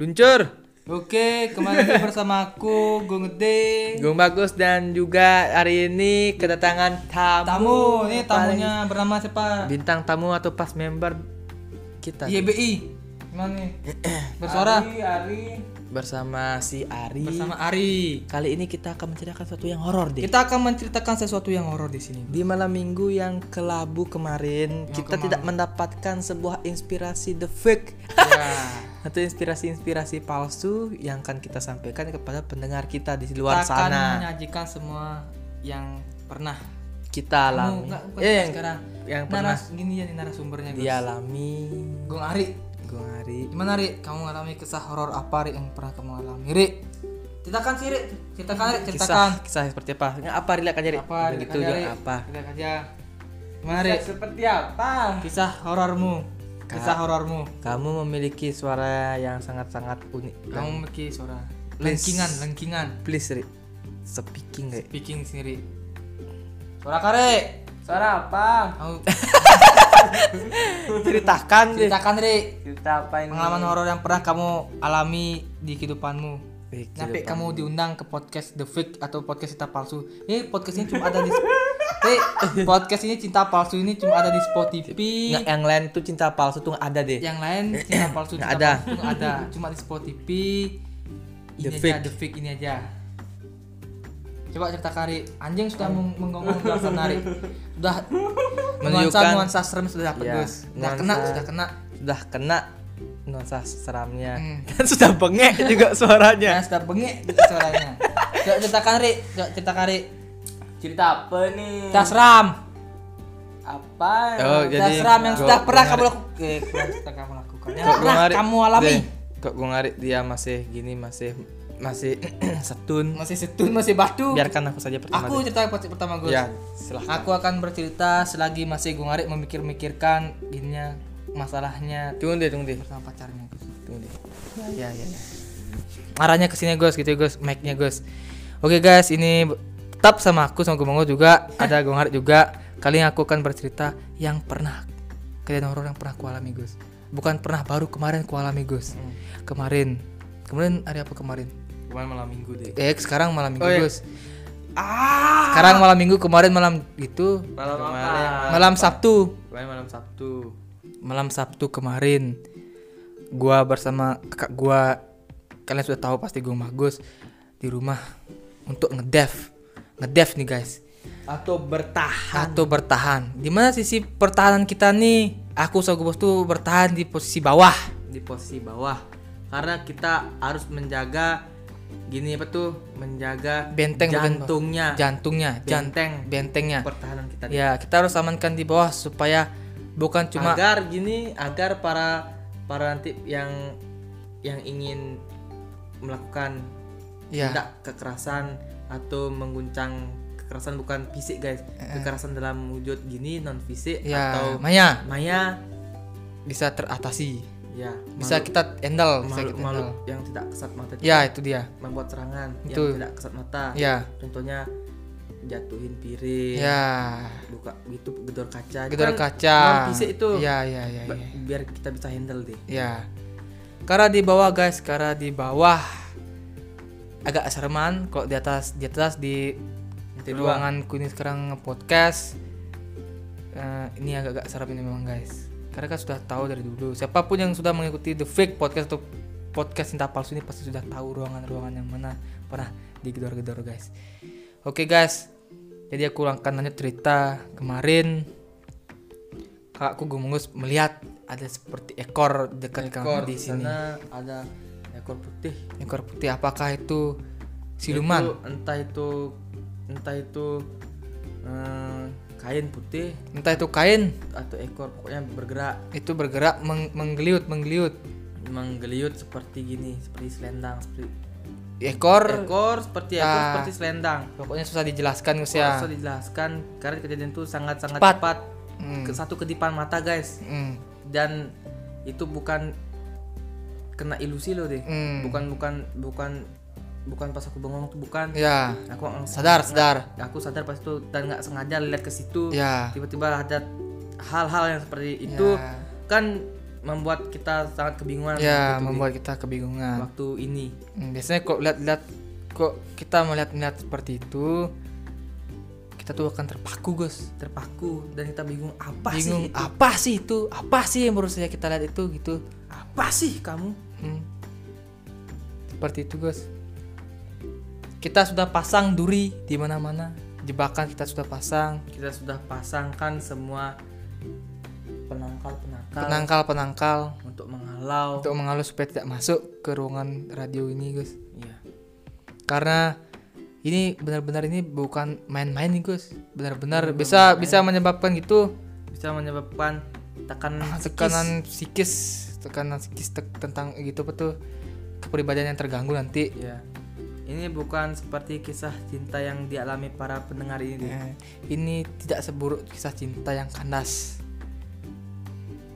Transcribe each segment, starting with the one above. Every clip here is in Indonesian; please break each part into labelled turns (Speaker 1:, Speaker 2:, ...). Speaker 1: Luncur,
Speaker 2: Oke, kembali lagi bersama aku Gung Gede.
Speaker 1: Gung Bagus dan juga hari ini kedatangan tamu.
Speaker 2: Tamu,
Speaker 1: Paling-
Speaker 2: ini tamunya bernama siapa?
Speaker 1: Bintang tamu atau pas member kita
Speaker 2: Iya. YBI. Gimana nih? Bersuara
Speaker 1: bersama si Ari.
Speaker 2: bersama Ari.
Speaker 1: Kali ini kita akan menceritakan sesuatu yang horor deh.
Speaker 2: Kita akan menceritakan sesuatu yang horor di sini.
Speaker 1: Di malam minggu yang kelabu kemarin, kita
Speaker 2: kemarin.
Speaker 1: tidak mendapatkan sebuah inspirasi the fake atau inspirasi-inspirasi palsu yang akan kita sampaikan kepada pendengar kita di luar
Speaker 2: kita akan
Speaker 1: sana.
Speaker 2: menyajikan semua yang pernah
Speaker 1: Kita
Speaker 2: kamu
Speaker 1: alami.
Speaker 2: enggak bukan
Speaker 1: Eh, yang,
Speaker 2: sekarang.
Speaker 1: yang pernah Iya.
Speaker 2: Naras gini ya narasumbernya, Gus.
Speaker 1: dialami
Speaker 2: Gung Ari.
Speaker 1: Gung Ari.
Speaker 2: Gimana Ri? Kamu mengalami kisah horor apa Ri yang pernah kamu alami Ri? Ceritakan sih Ri, ceritakan Ri, ceritakan.
Speaker 1: Kisah, kisah seperti apa? Nggak apa rilek aja, Ri.
Speaker 2: Apa?
Speaker 1: Begitu
Speaker 2: Ceritakan,
Speaker 1: nggak
Speaker 2: Ri.
Speaker 1: apa.
Speaker 2: Ceritakan aja. Gimana Ri?
Speaker 3: Seperti apa?
Speaker 2: Kisah horormu. Kisah horormu.
Speaker 1: Kamu memiliki suara yang sangat-sangat unik.
Speaker 2: Kamu memiliki suara
Speaker 1: Please.
Speaker 2: lengkingan, lengkingan.
Speaker 1: Please, Ri. Speaking, Ri.
Speaker 2: Speaking sendiri. Suara kare.
Speaker 3: Suara apa?
Speaker 2: Kamu
Speaker 1: Ceritakan deh.
Speaker 2: ceritakan Ri
Speaker 1: Hmm.
Speaker 3: Cerita apa ini?
Speaker 2: pengalaman horor yang pernah kamu alami di kehidupanmu.
Speaker 1: Di
Speaker 2: Nyampe
Speaker 1: kehidupan.
Speaker 2: kamu diundang ke podcast The Fake atau podcast Cinta Palsu. Ini podcast ini cuma ada di Eh, podcast ini Cinta Palsu ini cuma ada di Spotify.
Speaker 1: Nggak, yang lain tuh cinta palsu tuh nggak ada deh.
Speaker 2: Yang lain Cinta Palsu
Speaker 1: Nggak
Speaker 2: Cinta
Speaker 1: ada.
Speaker 2: Palsu nggak ada, cuma di Spotify. Ini
Speaker 1: The
Speaker 2: aja
Speaker 1: Fake.
Speaker 2: The Fake ini aja. Coba cerita kari anjing sudah meng- menggonggong belasan hari. Sudah nuansa
Speaker 1: Menunjukkan-
Speaker 2: nuansa serem sudah dapet
Speaker 1: Iya,
Speaker 2: Gus. Sudah
Speaker 1: nuansa-
Speaker 2: kena, sudah kena.
Speaker 1: Sudah kena nuansa seramnya
Speaker 2: Hmm.
Speaker 1: dan sudah bengek juga suaranya.
Speaker 2: Nah, sudah bengek suaranya. Coba cerita kari, coba cerita kari.
Speaker 3: Cerita apa nih?
Speaker 2: Sudah seram.
Speaker 3: Apa?
Speaker 1: Oh,
Speaker 2: Sudah
Speaker 1: jadi
Speaker 2: seram yang
Speaker 1: kok
Speaker 2: sudah pernah
Speaker 1: Gung
Speaker 2: kamu
Speaker 1: Ari-
Speaker 2: lakukan eh, sudah kamu lakukan yang
Speaker 1: kok Gung
Speaker 2: pernah
Speaker 1: Ari-
Speaker 2: kamu alami
Speaker 1: deh, Kok gue ngarik dia masih gini masih masih setun.
Speaker 2: masih setun masih batu
Speaker 1: Biarkan aku saja pertama.
Speaker 2: aku
Speaker 1: deh.
Speaker 2: cerita yang pertama Gus
Speaker 1: Ya, silahkan.
Speaker 2: aku akan bercerita selagi masih gue ngarik memikir-mikirkan ininya masalahnya
Speaker 1: Tunggu deh, tunggu deh.
Speaker 2: sama pacarnya Gus.
Speaker 1: Tunggu deh.
Speaker 2: ya ya ya. arahnya ke sini Gus gitu Gus mic-nya Gus oke guys ini tetap sama aku sama Gumango juga ada Gung Harit juga kali ini aku akan bercerita yang pernah kejadian horor yang pernah aku alami Gus bukan pernah baru kemarin aku alami Gus
Speaker 1: Hmm.
Speaker 2: kemarin kemarin hari apa kemarin
Speaker 1: Kemarin malam minggu deh.
Speaker 2: eh sekarang malam minggu
Speaker 1: Oh, iya.
Speaker 2: Gus
Speaker 1: Ah.
Speaker 2: sekarang malam minggu kemarin malam itu
Speaker 3: Malam
Speaker 1: Kemarin.
Speaker 3: apa?
Speaker 2: malam Sabtu
Speaker 1: Kemarin malam Sabtu.
Speaker 2: malam Sabtu kemarin gua bersama kakak gua kalian sudah tahu pasti gua bagus di rumah untuk ngedev ngedev nih guys
Speaker 1: Atau bertahan.
Speaker 2: atau bertahan di mana sisi pertahanan kita nih aku sama gua bos tuh bertahan di posisi bawah
Speaker 1: di posisi bawah karena kita harus menjaga gini apa tuh menjaga
Speaker 2: Benteng, bukan, Bos.
Speaker 1: jantungnya
Speaker 2: jantungnya jan-
Speaker 1: Benteng.
Speaker 2: bentengnya
Speaker 1: pertahanan kita
Speaker 2: ya kita harus amankan di bawah supaya bukan cuma
Speaker 1: agar gini agar para para nanti yang yang ingin melakukan
Speaker 2: ya
Speaker 1: tindak kekerasan atau mengguncang kekerasan bukan fisik guys
Speaker 2: Eh.
Speaker 1: kekerasan dalam wujud gini non fisik
Speaker 2: ya
Speaker 1: atau
Speaker 2: Maya
Speaker 1: maya
Speaker 2: bisa teratasi
Speaker 1: ya
Speaker 2: bisa
Speaker 1: makhluk-
Speaker 2: kita handle bisa
Speaker 1: makhluk-
Speaker 2: kita
Speaker 1: makhluk
Speaker 2: handle
Speaker 1: yang tidak kesat mata
Speaker 2: ya itu dia
Speaker 1: membuat serangan
Speaker 2: Betul.
Speaker 1: yang tidak kesat mata
Speaker 2: ya
Speaker 1: contohnya jatuhin piring
Speaker 2: ya
Speaker 1: buka itu gedor kaca Itu
Speaker 2: gedor
Speaker 1: kan
Speaker 2: kaca
Speaker 1: non-fisik itu
Speaker 2: ya ya ya
Speaker 1: Ba-
Speaker 2: ya,
Speaker 1: biar kita bisa handle deh
Speaker 2: ya. karena di bawah guys karena di bawah agak sereman kalau di atas di atas di
Speaker 1: Kedua.
Speaker 2: ruangan kuning sekarang podcast eh, ini agak-agak serem ini memang guys karena kan sudah tahu dari dulu siapapun yang sudah mengikuti the fake podcast atau podcast cinta palsu ini pasti sudah tahu ruangan-ruangan yang mana pernah digedor-gedor guys oke guys jadi aku akan lanjut cerita kemarin kakakku gumungus melihat ada seperti ekor dekat
Speaker 1: ekor
Speaker 2: kami di sini
Speaker 1: sana ada ekor putih
Speaker 2: ekor putih apakah itu siluman
Speaker 1: Itu entah itu entah itu eh, kain putih
Speaker 2: entah itu kain
Speaker 1: atau ekor pokoknya bergerak
Speaker 2: itu bergerak meng- menggeliut menggeliut
Speaker 1: menggeliut seperti gini seperti selendang seperti
Speaker 2: ekor,
Speaker 1: ekor seperti ekor
Speaker 2: Ah.
Speaker 1: seperti selendang
Speaker 2: pokoknya susah dijelaskan Gus
Speaker 1: Saya
Speaker 2: ya
Speaker 1: harus dijelaskan karena kejadian itu sangat sangat
Speaker 2: Cepat.
Speaker 1: cepat,
Speaker 2: Hmm.
Speaker 1: Ke- satu kedipan mata guys
Speaker 2: Hmm,
Speaker 1: dan itu bukan kena ilusi loh deh
Speaker 2: hmm.
Speaker 1: bukan bukan bukan bukan pas aku bengong tuh bukan
Speaker 2: ya
Speaker 1: aku nggak
Speaker 2: sadar
Speaker 1: sengaja-
Speaker 2: sadar
Speaker 1: aku sadar pas itu dan nggak sengaja lihat ke situ
Speaker 2: ya
Speaker 1: tiba-tiba ada hal-hal yang seperti itu
Speaker 2: Ya.
Speaker 1: kan membuat kita sangat kebingungan
Speaker 2: ya
Speaker 1: gitu,
Speaker 2: membuat kita kebingungan
Speaker 1: waktu ini
Speaker 2: Hmm, biasanya kok lihat-lihat kok kita melihat-lihat seperti itu kita tuh akan terpaku Gus
Speaker 1: terpaku dan kita bingung apa
Speaker 2: bingung
Speaker 1: sih itu?
Speaker 2: apa sih itu apa sih yang menurut saya kita lihat itu gitu
Speaker 1: apa sih kamu
Speaker 2: Hmm. seperti itu Gus kita sudah pasang duri di mana-mana jebakan kita sudah pasang
Speaker 1: kita sudah pasangkan semua penangkal penangkal
Speaker 2: penangkal penangkal
Speaker 1: untuk menghalau
Speaker 2: untuk mengalus supaya tidak masuk ke ruangan radio ini Gus
Speaker 1: Iya.
Speaker 2: karena ini benar-benar ini bukan main-main nih Gus benar-benar bisa bisa menyebabkan gitu
Speaker 1: bisa menyebabkan tekanan psikis.
Speaker 2: Ah, tekanan psikis tekanan psikis tek- tentang gitu apa tuh kepribadian yang terganggu nanti
Speaker 1: ya ini bukan seperti kisah cinta yang dialami para pendengar ini
Speaker 2: Eh, ini tidak seburuk kisah cinta yang kandas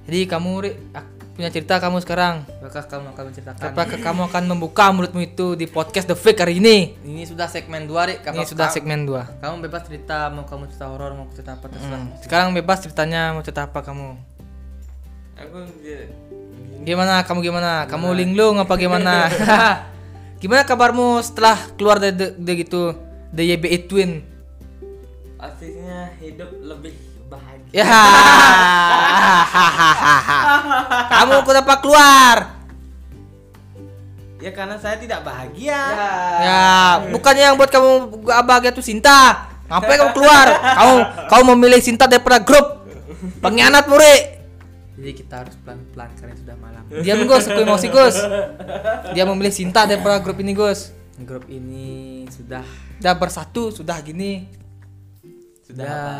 Speaker 2: jadi kamu Ri, ak- punya cerita kamu sekarang
Speaker 1: maka kamu akan menceritakan
Speaker 2: apakah kamu akan membuka mulutmu itu di podcast The Fake hari ini
Speaker 1: ini sudah segmen 2 Rik
Speaker 2: ini
Speaker 1: Kamu-
Speaker 2: sudah
Speaker 1: kamu-
Speaker 2: segmen 2
Speaker 1: kamu bebas cerita mau kamu cerita horor mau cerita apa terserah
Speaker 3: Hmm.
Speaker 2: Hmm. sekarang bebas ceritanya mau cerita apa kamu
Speaker 1: aku
Speaker 2: Gimana kamu gimana? Kamu linglung apa gimana? gimana kabarmu setelah keluar dari the, the gitu The YBE Twin?
Speaker 1: aslinya hidup lebih bahagia
Speaker 2: Ya. kamu kenapa keluar?
Speaker 3: Ya karena saya tidak bahagia.
Speaker 2: Ya, bukannya yang buat kamu bahagia tuh Sinta. Ngapain kamu keluar? Kamu kamu memilih Sinta daripada grup. Pengkhianat Muri.
Speaker 1: jadi kita harus pelan-pelan karena sudah malam
Speaker 2: Diam Gus, aku emosi Gus. Dia memilih Sinta daripada grup ini Gus.
Speaker 1: grup ini sudah
Speaker 2: Sudah bersatu, sudah gini. Ya.
Speaker 1: sudah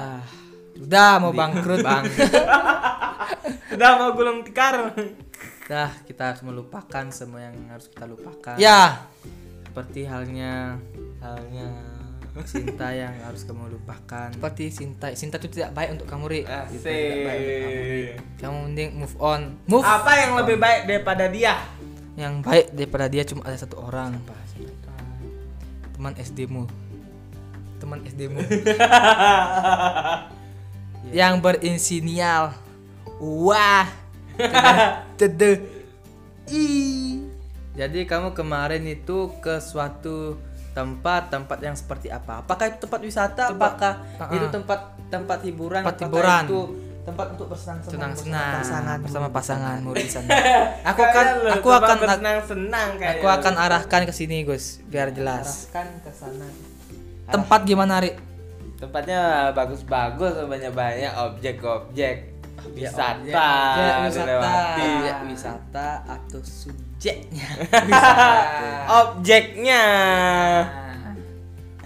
Speaker 2: Sudah mau bangkrut.
Speaker 1: bang
Speaker 3: Sudah mau gulung tikar.
Speaker 1: Nah, kita harus melupakan semua yang harus kita lupakan.
Speaker 2: Ya,
Speaker 1: Seperti halnya halnya cinta yang harus kamu lupakan.
Speaker 2: seperti Sinta. Sinta itu tidak baik untuk kamu, Ri.
Speaker 3: Asik.
Speaker 2: Kamu mending move on. Move.
Speaker 3: Apa yang lebih baik daripada dia?
Speaker 2: Yang baik daripada dia cuma ada satu orang. Teman SD-mu. Teman SD-mu. Yang berinisial Wah. Tede. I.
Speaker 1: Jadi kamu kemarin itu ke suatu tempat tempat yang seperti apa? Apakah itu tempat wisata? Apakah
Speaker 2: Ah, ah.
Speaker 1: itu tempat tempat hiburan?
Speaker 2: Tempat
Speaker 1: Apakah
Speaker 2: hiburan.
Speaker 1: Itu tempat untuk bersenang-senang bersama pasangan?
Speaker 2: Senang-senang bersama pasanganmu di sana. Aku akan
Speaker 3: Kayaknya lu
Speaker 2: aku
Speaker 3: coba
Speaker 2: akan
Speaker 3: bersenang-senang kayak.
Speaker 2: aku akan arahkan ke sini, Gus, biar jelas.
Speaker 1: Arahkan ke sana.
Speaker 2: Tempat gimana, Ri?
Speaker 3: Tempatnya bagus-bagus, banyak-banyak objek-objek wisata,
Speaker 2: Ya, objek wisata.
Speaker 3: dilewati.
Speaker 1: Objek wisata atau subjeknya.
Speaker 3: Objeknya.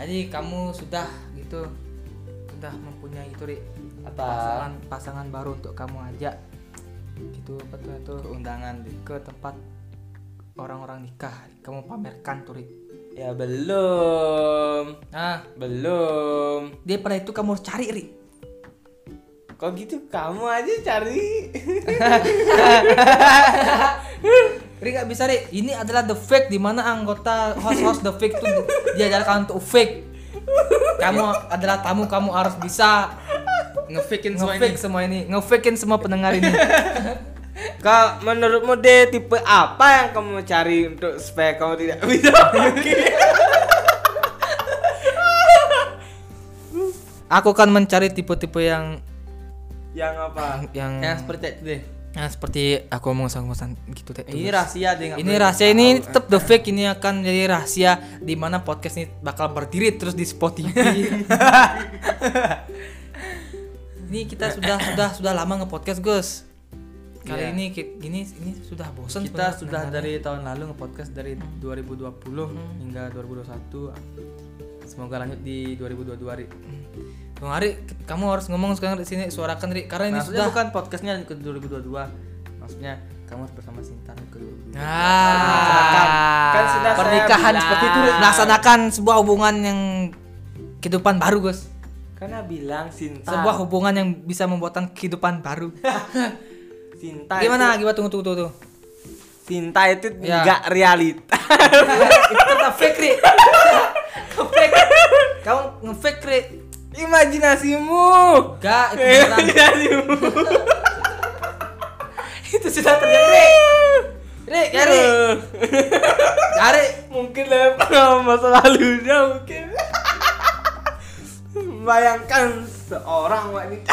Speaker 2: Jadi kamu sudah gitu sudah mempunyai itu Ri,
Speaker 3: Apa?
Speaker 2: pasangan pasangan baru untuk kamu ajak gitu apa tuh itu
Speaker 1: Undangan deh.
Speaker 2: ke tempat orang-orang nikah kamu pamerkan tuh Ri.
Speaker 3: Ya belum.
Speaker 2: Nah,
Speaker 3: Belum.
Speaker 2: daripada itu kamu harus cari Ri.
Speaker 3: Kok gitu kamu aja cari.
Speaker 2: Ri nggak bisa Ri. Ini adalah the fake di mana anggota host-host the fake tuh diajarkan untuk fake. Kamu adalah tamu, kamu harus bisa
Speaker 1: Ngefakein semua ini.
Speaker 2: nge-fake semua ini, nge-fakein semua pendengar ini.
Speaker 3: Kalau menurutmu deh tipe apa yang kamu cari untuk supaya kamu tidak bisa pergi?
Speaker 2: Aku akan mencari tipe-tipe yang
Speaker 3: yang apa?
Speaker 2: yang
Speaker 1: Yang seperti itu deh.
Speaker 2: Nah, seperti aku mau ngosong-ngosong gitu teh.
Speaker 1: Ini rahasia deh. nggak
Speaker 2: Ini
Speaker 1: boleh
Speaker 2: rahasia ini tetap the fake ini akan menjadi rahasia di mana podcast ini bakal berdiri terus di Spotify. ini kita sudah sudah sudah lama nge-podcast, Gus. Kali
Speaker 1: Iya.
Speaker 2: ini ki- gini ini sudah bosan
Speaker 1: kita
Speaker 2: sebenarnya
Speaker 1: sudah
Speaker 2: pendengarnya.
Speaker 1: dari tahun lalu ngepodcast dari 2020 hingga 2021 semoga lanjut di 2022 Ri.
Speaker 2: Bang Ari, k- kamu harus ngomong sekarang di sini suarakan Ri karena ini
Speaker 1: maksudnya
Speaker 2: sudah
Speaker 1: bukan podcastnya ke 2022 maksudnya kamu harus bersama Sinta ke 2022
Speaker 2: Nah,
Speaker 3: Kan sudah saya
Speaker 2: Ah. pernikahan
Speaker 3: bilang.
Speaker 2: seperti itu Ri. melaksanakan sebuah hubungan yang kehidupan baru, Gus.
Speaker 3: Karena bilang Sinta.
Speaker 2: sebuah hubungan yang bisa membuatkan kehidupan baru.
Speaker 3: Sinta.
Speaker 2: gimana?
Speaker 3: Nah, Itu,
Speaker 2: Gimana tunggu tunggu tunggu. tunggu.
Speaker 3: Sinta itu
Speaker 2: Ya.
Speaker 3: enggak realita.
Speaker 2: Itu tetap fake, Ri. Ngefake. Kamu ngefake, Ri.
Speaker 3: Imajinasimu.
Speaker 2: Enggak, itu beneran.
Speaker 3: Imajinasimu.
Speaker 2: itu sudah ya, Ari
Speaker 3: mungkin dari pengalaman masa lalunya mungkin bayangkan seorang wanita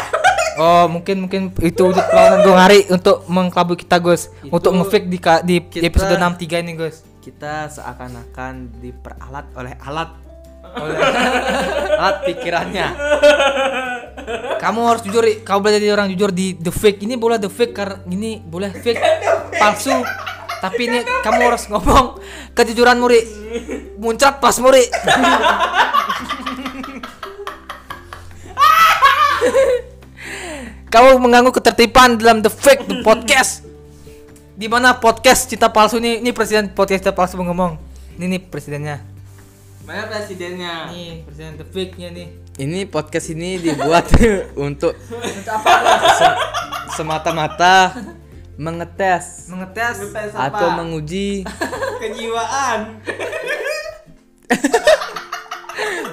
Speaker 2: Oh mungkin mungkin itu wujud perlawanan gue Ari untuk mengkabul kita Gus
Speaker 1: Itu
Speaker 2: untuk ngefake di, ka- di di
Speaker 1: kita-
Speaker 2: episode 63 ini Gus
Speaker 1: kita seakan-akan diperalat oleh alat oleh alat pikirannya
Speaker 2: kamu harus jujur Ri. kamu belajar jadi orang jujur di the fake ini boleh the fake karena ini boleh fake palsu tapi ini kamu harus ngomong kejujuran muri muncrat pas muri kamu mengganggu ketertiban dalam the fake the podcast di mana podcast cinta palsu ini ini presiden podcast cinta palsu ngomong ini nih presidennya
Speaker 3: mana presidennya
Speaker 2: ini presiden the fake nya nih
Speaker 1: ini podcast ini dibuat untuk se- semata-mata mengetes
Speaker 2: mengetes
Speaker 1: atau menguji
Speaker 3: kejiwaan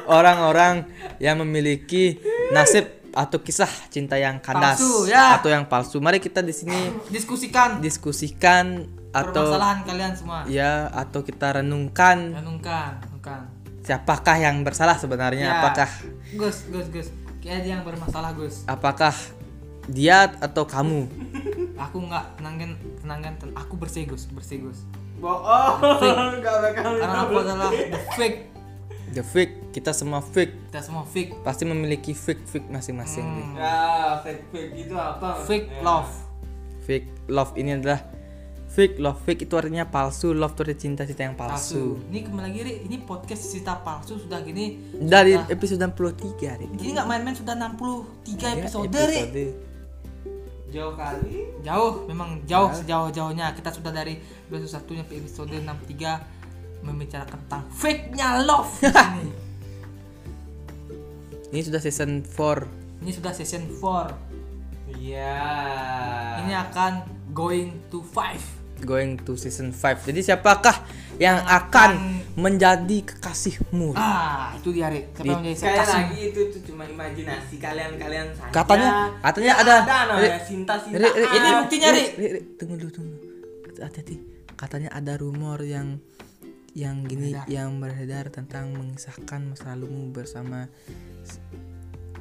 Speaker 1: orang-orang yang memiliki nasib atau kisah cinta yang kandas
Speaker 2: Palsu, ya.
Speaker 1: atau yang palsu. Mari kita di sini
Speaker 2: diskusikan
Speaker 1: diskusikan atau
Speaker 2: permasalahan kalian semua Ya,
Speaker 1: ya atau kita renungkan
Speaker 2: renungkan renungkan
Speaker 1: siapakah yang bersalah sebenarnya?
Speaker 2: Ya.
Speaker 1: Apakah
Speaker 2: Gus Gus Gus kayak ada yang bermasalah Gus
Speaker 1: apakah dia atau kamu?
Speaker 2: aku nggak tenangkan tenangkan ten- aku bersih Gus bersih Gus
Speaker 3: bohong gak bakal
Speaker 2: karena aku adalah the fake
Speaker 1: The fake, kita semua fake.
Speaker 2: kita semua fake
Speaker 1: Pasti memiliki fake-fake masing-masing. gitu. nih.
Speaker 2: Hmm,
Speaker 3: ya fake fake gitu apa
Speaker 2: fake love
Speaker 1: Fake love ini adalah fake love. Fake itu artinya palsu, love itu artinya cinta-cinta yang palsu.
Speaker 2: palsu ini kembali lagi Ri. ini podcast cerita palsu sudah gini
Speaker 1: Dari episode 63 Rik.
Speaker 2: gini nggak main-main sudah
Speaker 3: Iya,
Speaker 2: 63
Speaker 1: Ya,
Speaker 2: episode Ri.
Speaker 3: jauh kali
Speaker 2: jauh memang jauh
Speaker 3: Iya.
Speaker 2: sejauh-jauhnya kita sudah dari episode 1 sampai episode 63 membicarakan tentang fake nya love di sini.
Speaker 1: Ini sudah season 4
Speaker 2: ini sudah season 4
Speaker 3: iya
Speaker 2: ini akan going to five
Speaker 1: going to season 5. Jadi siapakah yang akan menjadi kekasihmu?
Speaker 2: ah itu dia Rik siapa
Speaker 1: Di-
Speaker 2: yang menjadi
Speaker 3: sekali
Speaker 2: sarkasm?
Speaker 3: lagi itu tuh cuma imajinasi kalian kalian saja
Speaker 1: Katanya- katanya
Speaker 3: Ya,
Speaker 1: ada-
Speaker 3: ada namanya
Speaker 1: Ri-
Speaker 3: cinta
Speaker 1: Rik, Rik,
Speaker 2: ini
Speaker 3: cinta
Speaker 2: buktinya Rik
Speaker 1: Rik, Rik, tunggu dulu, tunggu. Hati-hati. Katanya ada rumor yang yang gini yang beredar tentang mengisahkan masa lalumu bersama s-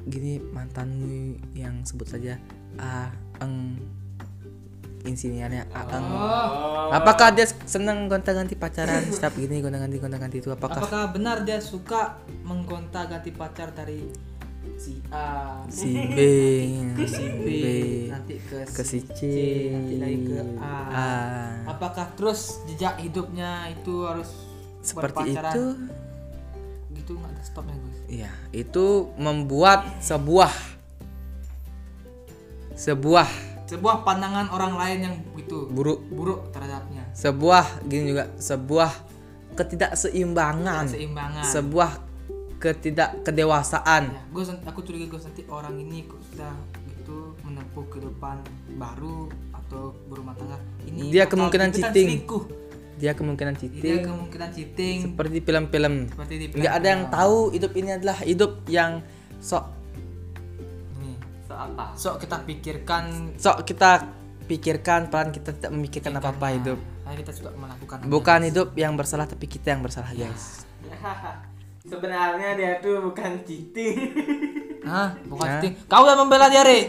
Speaker 1: gini mantanmu yang sebut saja A Eng insinyalnya A Eng. Apakah dia senang gonta-ganti pacaran setiap gini gonta-ganti gonta-ganti itu apakah
Speaker 2: apakah benar dia suka menggonta ganti pacar dari si A
Speaker 1: si B si B Nah,
Speaker 2: nanti ke,
Speaker 1: ke si C
Speaker 2: nanti lagi ke A.
Speaker 1: A.
Speaker 2: apakah terus jejak hidupnya itu harus
Speaker 1: seperti
Speaker 2: berpacaran?
Speaker 1: itu
Speaker 2: gitu nggak ada stopnya Gus
Speaker 1: ya itu membuat sebuah sebuah
Speaker 2: sebuah pandangan orang lain yang begitu
Speaker 1: buruk
Speaker 2: buruk terhadapnya
Speaker 1: sebuah gini juga sebuah ketidakseimbangan
Speaker 2: seimbangan
Speaker 1: sebuah ketidak kedewasaan
Speaker 2: Ya, gue aku curiga gue nanti orang ini kok sudah gitu menempuh kehidupan baru atau berumah tangga ini
Speaker 1: Dia
Speaker 2: bakal
Speaker 1: kemungkinan
Speaker 2: ikutan
Speaker 1: cheating.
Speaker 2: selingkuh.
Speaker 1: dia kemungkinan
Speaker 3: Iya,
Speaker 2: dia
Speaker 1: cheating
Speaker 2: kemungkinan cheating
Speaker 1: seperti film-film
Speaker 2: Iya. seperti di
Speaker 1: nggak ada yang tahu hidup ini adalah hidup yang sok
Speaker 2: Nih,
Speaker 3: So, apa
Speaker 2: sok kita pikirkan
Speaker 1: sok kita pikirkan pelan kita tidak memikirkan apa apa hidup
Speaker 3: Nah,
Speaker 2: karena kita juga melakukan
Speaker 1: bukan hidup yang bersalah tapi kita yang bersalah guys
Speaker 3: sebenarnya dia tuh bukan cheating
Speaker 2: Hah? bukan cheating kau yang membela dia Ri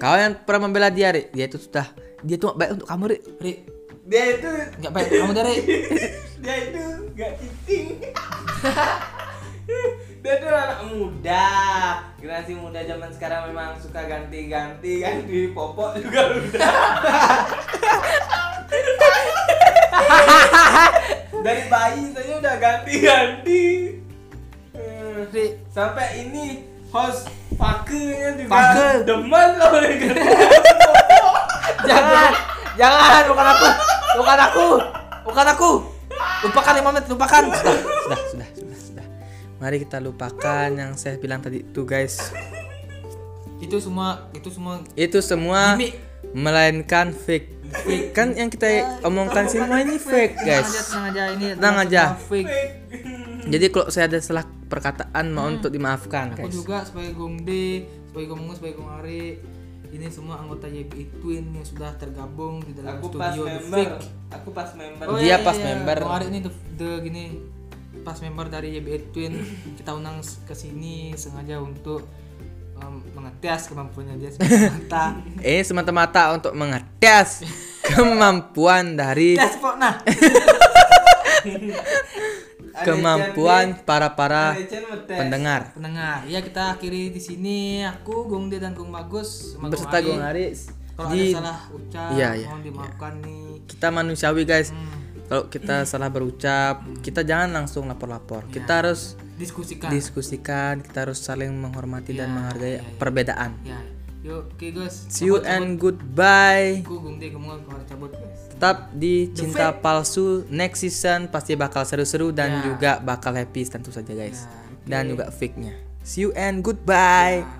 Speaker 1: Kau yang pernah membela dia, Rik. Dia itu sudah dia cuma baik untuk kamu, Rik.
Speaker 2: Ri
Speaker 3: dia itu
Speaker 2: nggak baik kamu dari
Speaker 3: dia itu gak cheating dia tuh anak muda generasi muda zaman sekarang memang suka ganti-ganti ganti popok juga udah dari bayi saja udah ganti-ganti Hmm,
Speaker 2: Ri.
Speaker 3: sampai ini host pakenya juga
Speaker 2: Pake.
Speaker 3: demen loh dia ganti
Speaker 2: jangan jangan bukan aku bukan aku bukan aku lupakan lima menit lupakan
Speaker 1: Sudah, sudah, sudah, sudah. Mari kita lupakan yang saya bilang tadi itu, guys.
Speaker 2: itu semua itu semua
Speaker 1: Itu semua
Speaker 2: Gimik.
Speaker 1: melainkan fake. Kan yang kita omongkan semua ini fake,
Speaker 2: Tenang aja,
Speaker 1: guys.
Speaker 2: tenang aja ini.
Speaker 1: Tenang aja.
Speaker 2: semua Fake.
Speaker 1: Jadi kalau saya ada salah perkataan mau untuk dimaafkan,
Speaker 2: Aku
Speaker 1: guys.
Speaker 2: juga sebagai Gongde, sebagai Gomong, sebagai Gong Ari, ini semua anggota YBI Twin yang sudah tergabung di dalam
Speaker 3: aku pas
Speaker 2: studio The
Speaker 3: member
Speaker 2: Fake. iya,
Speaker 3: aku pas member
Speaker 1: Oh, Dia pas member.
Speaker 2: Bang Arik ini the, the- gini pas member dari YBI Twin kita undang s- ke sini sengaja untuk em, mengetes kemampuannya dia sebagai mata.
Speaker 1: Eh semata-mata untuk mengetes kemampuan dari
Speaker 2: Tes Pok, nah.
Speaker 3: Ada
Speaker 1: kemampuan para-para
Speaker 3: Ada Chen ngetes.
Speaker 1: pendengar.
Speaker 2: Pendengar, ya kita akhiri di sini aku Gongde dan Gong Bagus sama
Speaker 1: Berserta
Speaker 2: Arik.
Speaker 1: Gong Aris.
Speaker 2: Kalau ada
Speaker 1: Di
Speaker 2: salah ucap
Speaker 1: Iya, iya,
Speaker 2: mohon dimaafkan nih.
Speaker 1: kita manusiawi guys.
Speaker 2: Hmm.
Speaker 1: Kalau kita salah berucap, kita jangan langsung lapor-lapor.
Speaker 2: Ya,
Speaker 1: Kita harus
Speaker 2: Diskusikan.
Speaker 1: diskusikan, kita harus saling menghormati dan
Speaker 2: Iya,
Speaker 1: menghargai
Speaker 2: iya, iya.
Speaker 1: perbedaan.
Speaker 2: ya. Yuk, oke guys.
Speaker 1: See you and goodbye.
Speaker 2: aku Gongde kamu keluar cabut guys.
Speaker 1: Tetap di
Speaker 2: The
Speaker 1: Cinta Palsu next season pasti bakal seru-seru dan
Speaker 2: Ya.
Speaker 1: juga bakal happy tentu saja guys.
Speaker 2: Ya,
Speaker 1: Dan juga fake-nya. See you and goodbye.
Speaker 2: Nah.